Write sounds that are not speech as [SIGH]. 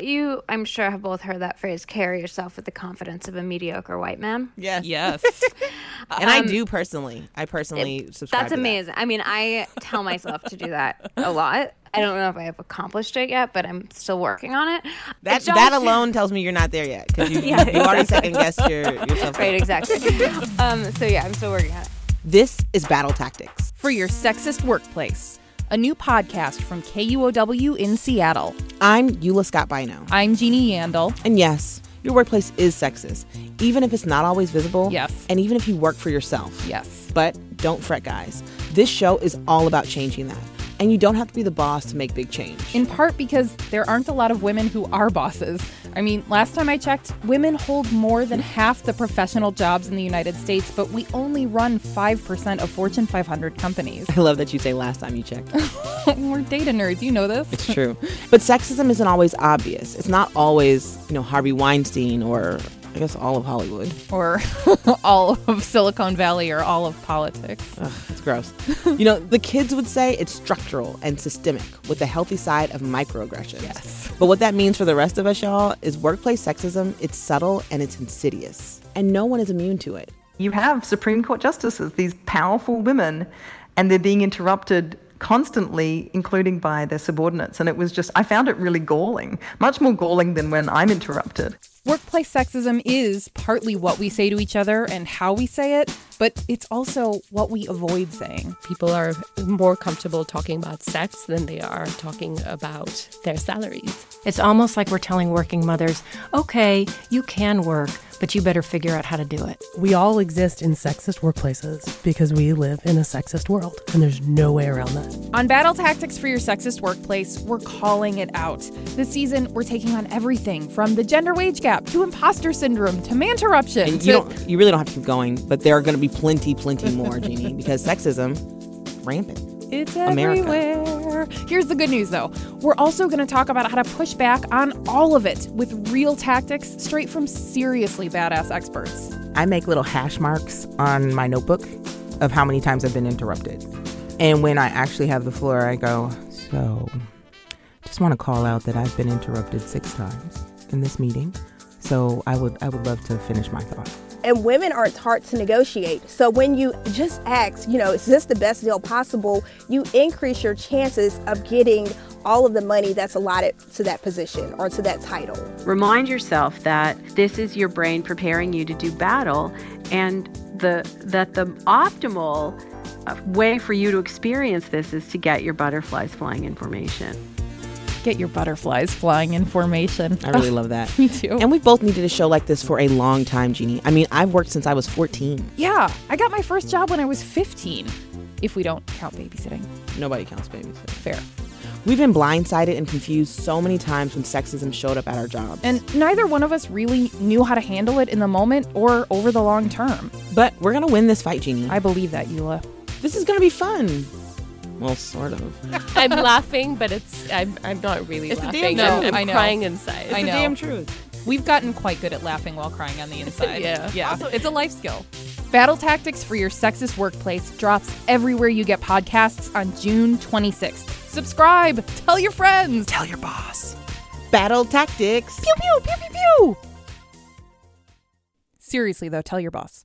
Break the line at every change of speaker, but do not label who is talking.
you, I'm sure, have both heard that phrase carry yourself with the confidence of a mediocre white man.
Yes.
Yes.
[LAUGHS]
And I do personally. I personally subscribe.
Um, That's
to that.
amazing. I mean, I tell myself to do that a lot. I don't know if I have accomplished it yet, but I'm still working on it.
That,
Josh-
that alone tells me you're not there yet because you,
[LAUGHS] Yeah,
you already second guessed your,
[LAUGHS]
yourself.
Right,
[LAUGHS]
exactly. um, so yeah, I'm still working on it.
This is Battle Tactics.
For your sexist workplace.
a new podcast from KUOW in Seattle.
I'm Eula Scott Bino.
I'm Jeannie Yandel.
And yes, your workplace is sexist, even if it's not always visible.
Yes.
And even if you work for yourself.
Yes.
But don't fret, guys. This show is all about changing that. And you don't have to be the boss to make big change.
In part because there aren't a lot of women who are bosses. I mean, last time I checked, women hold more than half the professional jobs in the United States, but we only run 5% of Fortune 500
[LAUGHS]
companies. [LAUGHS]
I love that you say last time you checked.
We're data nerds, you know this.
It's true. But sexism isn't always obvious. It's not always, you know, Harvey Weinstein or I guess all of Hollywood.
Or [LAUGHS] all of Silicon Valley or all of politics.
Ugh, it's [LAUGHS] gross. you know, the kids would say it's structural and systemic with the healthy side of microaggressions. Yes. But what that means for the rest of us, y'all, is workplace sexism, it's subtle and it's insidious. And no one is immune to it.
you have Supreme Court justices, these powerful women, and they're being interrupted constantly, including by their subordinates. And it was just, I found it really galling, much more galling than when I'm interrupted.
Workplace sexism is partly what we say to each other and how we say it, but it's also what we avoid saying.
people are more comfortable talking about sex than they are talking about their salaries.
It's almost like we're telling working mothers, okay, you can work, but you better figure out how to do it.
We all exist in sexist workplaces because we live in a sexist world, and there's no way around that.
On Battle Tactics for Your Sexist Workplace, we're calling it out. This season, we're taking on everything from the gender wage gap to imposter syndrome to manterruption.
And
to-
you don't you really don't have to keep going, but there are gonna be plenty, plenty more, Jeannie, [LAUGHS] because sexism rampant.
It's
America.
everywhere. Here's the good news, though. We're also going to talk about how to push back on all of it with real tactics straight from seriously badass experts.
I make little hash marks on my notebook of how many times I've been interrupted. And when I actually have the floor, I go, So, just want to call out that I've been interrupted six times in this meeting. So I would I would love to finish my thought.
And women aren't taught to negotiate. So when you just ask, you know, is this the best deal possible? You increase your chances of getting all of the money that's allotted to that position or to that title.
Remind yourself that this is your brain preparing you to do battle and the that the optimal uh, way for you to experience this is to get your butterflies flying in formation.
Get your butterflies flying in formation.
[LAUGHS]
I really love that.
Me too.
And we both needed a show like this for a long time, Jeannie. I mean, I've worked since I was 14.
Yeah, I got my first job when I was 15, if we don't count babysitting.
Nobody counts babies.
Fair.
We've been blindsided and confused so many times when sexism showed up at our jobs.
And neither one of us really knew how to handle it in the moment or over the long term.
but we're gonna win this fight, Jeannie.
I believe that, Eula.
this is gonna be fun. Well, sort of.
I'm laughing, but it's I'm, I'm not really
It's a damn
laughing.
truth.
I'm, I'm
I know.
crying inside.
I know.
truth.
We've gotten quite good at laughing while crying on the [LAUGHS] inside.
Yeah.
Also, it's a life skill. Battle Tactics for Your Sexist Workplace drops everywhere you get podcasts on June 26th. Subscribe, tell your friends, tell your boss.
Battle tactics.
Pew, pew, pew, pew, pew. Seriously, though, tell your boss.